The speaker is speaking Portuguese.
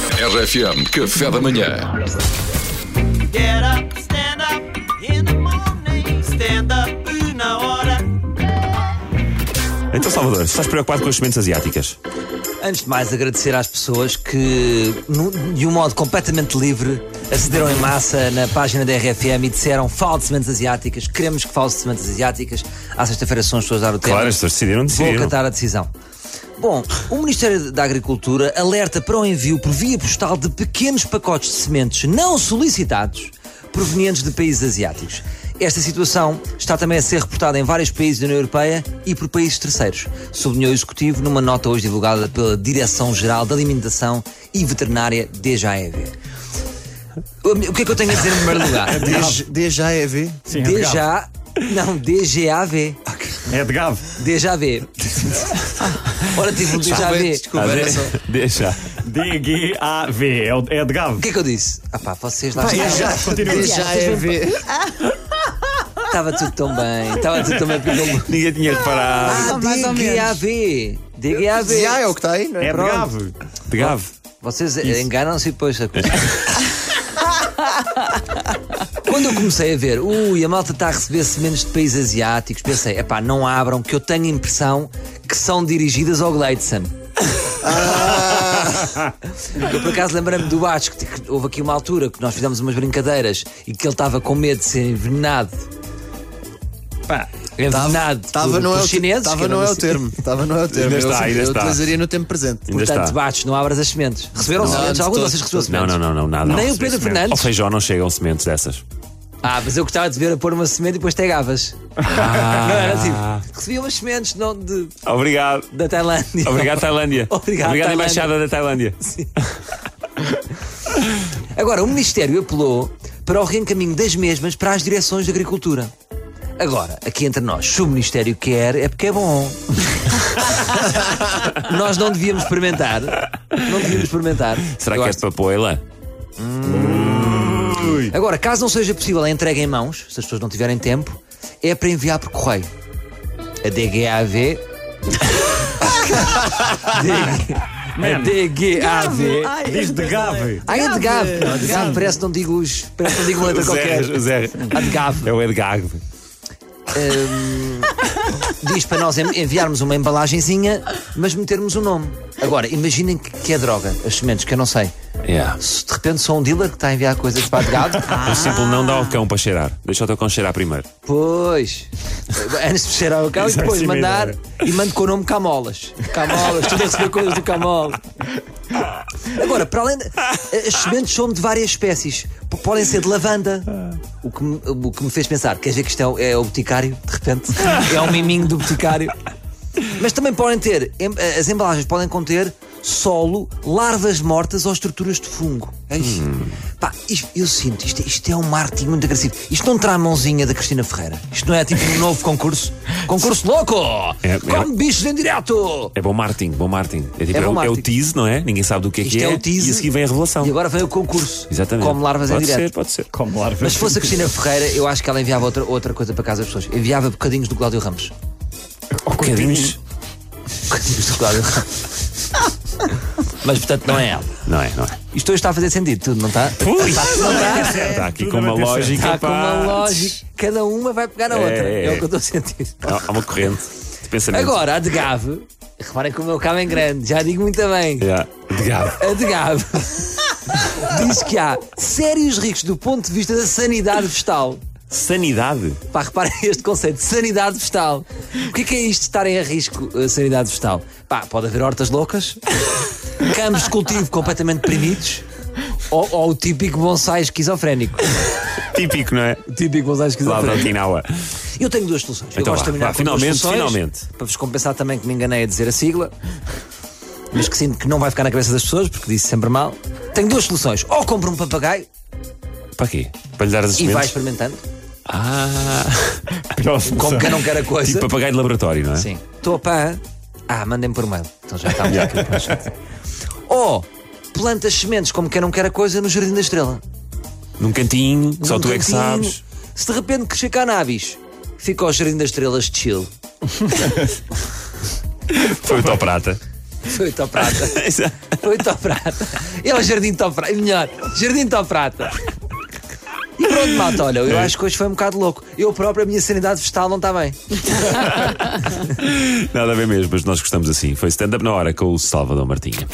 RFM, café da manhã. Get up, stand up in the morning. Stand up na hora. Então, Salvador, estás preocupado com as sementes asiáticas? Antes de mais, agradecer às pessoas que, nu- de um modo completamente livre, acederam em massa na página da RFM e disseram fala de sementes asiáticas, queremos que fale de sementes asiáticas. À sexta-feira são as pessoas a dar o tema. Claro, as pessoas decidiram, Vou decidiram. acatar a decisão. Bom, o Ministério da Agricultura alerta para o envio por via postal de pequenos pacotes de sementes não solicitados provenientes de países asiáticos. Esta situação está também a ser reportada em vários países da União Europeia e por países terceiros, sublinhou o Executivo numa nota hoje divulgada pela Direção-Geral da Alimentação e Veterinária, DGAEV. O que é que eu tenho a dizer em primeiro lugar? Déjà EV. DGA... Não, DGAV. tá- É de gave. Déjà vu. Ora, tive um déjà vu. Desculpa, era só. Ah, Deixa. D-G-A-V, é o- é de O Gave. que é que eu disse? Ah pá, vocês lá Déjà, déjà EV. Estava tudo tão bem. Estava tudo tão bem. porque Ninguém tinha reparado. não- Ah, DGAV. DGAV. Já é o que está aí, não é? É de Gave. De gave. Vocês eh, enganam-se e depois a coisa. Quando eu comecei a ver, ui, a malta está a receber sementes de países asiáticos, pensei, epá, não abram, que eu tenho a impressão que são dirigidas ao Gleitson. Ah. Eu por acaso lembrei-me do Vasco, que que houve aqui uma altura que nós fizemos umas brincadeiras e que ele estava com medo de ser envenenado. Pá, Envenenado Estava por, não é por o chineses. Estava que eu não é o sei. termo. Estava não é o termo. Ainda Eu- está, ainda Eu está. utilizaria no tempo presente. Ainda Portanto, está. bates, não abras as sementes. Receberam Não, sementes? de Algum de todo. vocês recebeu Não, sementes? não, não, não, nada. Nem não. o Pedro Fernandes? Ao feijão não chegam sementes dessas. Ah, mas eu gostava de ver a pôr uma semente e depois tegavas. Ah. Não era assim. Recebi umas sementes não, de, Obrigado. da Tailândia. Obrigado, Tailândia. Obrigado, Tailândia. Embaixada da Tailândia. Agora, o Ministério apelou para o reencaminho das mesmas para as direções de agricultura. Agora, aqui entre nós, se o Ministério quer, é porque é bom. nós não devíamos experimentar. Não devíamos experimentar. Será Eu que é acho- de papoila? Agora, caso não seja possível a entrega em mãos, se as pessoas não tiverem tempo, é para enviar por correio. A DGAV. a DGAV. Diz de Gave. Ah, é de GAV. Não, de GAV parece que não digo os. Parece que não digo uma letra Os qualquer. R's, os R's. A de GAV. É o Edgag. Diz para nós en- enviarmos uma embalagenzinha, mas metermos o nome. Agora, imaginem que, que é droga, as sementes, que eu não sei. Yeah. Se de repente sou um dealer que está a enviar coisas para a de GAV. Por exemplo, É um não dá ao cão para cheirar. Deixa o teu cão cheirar primeiro. Pois. Antes de cheirar o carro e Isso é depois assim uma mandar ideia. e mando com o nome Camolas. Camolas, tudo a receber coisas do Camolas. Agora, para além. de- As sementes são de várias espécies. P- Podem ser de lavanda. O que, me- o que me fez pensar, queres ver que isto é, o- é o boticário, de repente? É um miminho do boticário. Mas também podem ter, em- eh, as embalagens podem conter solo, larvas mortas ou estruturas de fungo. É isso. Pá, isto- eu sinto, isto, isto é um marketing muito agressivo. Isto não terá a mãozinha da Cristina Ferreira. Isto não é tipo um novo concurso. Concurso louco! É, é- Come bichos em direto! É bom marketing, bom marketing. É, tipo, É é, bom o- é o marketing. tease, não é? Ninguém sabe do que é Isto que é é. o tease. E a seguir vem a revelação. E agora vem o concurso. Exatamente. Como larvas pode em direto. Ser, pode ser. Como larva. Mas se fosse a Cristina Ferreira, eu acho que ela enviava outra, outra coisa para casa das pessoas. Enviava bocadinhos do Cláudio Ramos. Bocadinhos. Bocadinhos do Cláudio Ramos. Mas portanto não é ela. Não é, não é. Isto hoje está a fazer sentido, tudo, não está? Ui, está aqui Tudo com a uma bater certo. lógica. Está com uma pá. lógica. Cada uma vai pegar a outra. É. É, o que eu estou a sentir. Há há é uma corrente de pensamento. Agora, a de Gave. Reparem que o meu cabo é grande. Já digo muito bem. Yeah. De gado. A de Gave. Diz que há sérios ricos do ponto de vista da sanidade vegetal. Sanidade. Pá, reparem este conceito de sanidade vegetal. O que é, que é isto de estarem a risco a sanidade vegetal? Pá, pode haver hortas loucas, campos de cultivo completamente deprimidos ou, ou o típico bonsai esquizofrénico. Típico, não é? O típico Lá bonsai da esquizofrénico. Okinawa. Eu tenho duas soluções. eu Então vá, gosto de terminar vá, com duas finalmente, soluções, finalmente. Para vos compensar também que me enganei a dizer a sigla, mas que sinto que não vai ficar na cabeça das pessoas, porque disse sempre mal. Tenho duas soluções. Ou compro um papagaio Para quê? Para lhe dar as e vai sementes? experimentando, Ah, Próximo. como quem não quer a coisa. tipo papagaio de laboratório, não é? Sim. Estou a pá. Ah, mandem-me por mail. Então já estamos aqui com a gente. Ou planta as sementes como quem não quer a coisa no Jardim da Estrela. Num cantinho, que só Num tu é que cantinho. sabes. Se de repente crescer cannabis, fica ao Jardim das Estrelas de chill. Foi o Tó Prata. Foi Oito ao prata. Foi Oito ao prata. É o Jardim de Tó Prata. Melhor, Jardim de Tó Prata. E pronto, malta, olha, É. eu acho que hoje foi um bocado louco. Eu próprio, a minha sanidade vegetal não está bem. Nada a ver mesmo, mas nós gostamos assim. Foi stand-up na hora com o Salvador Martinha.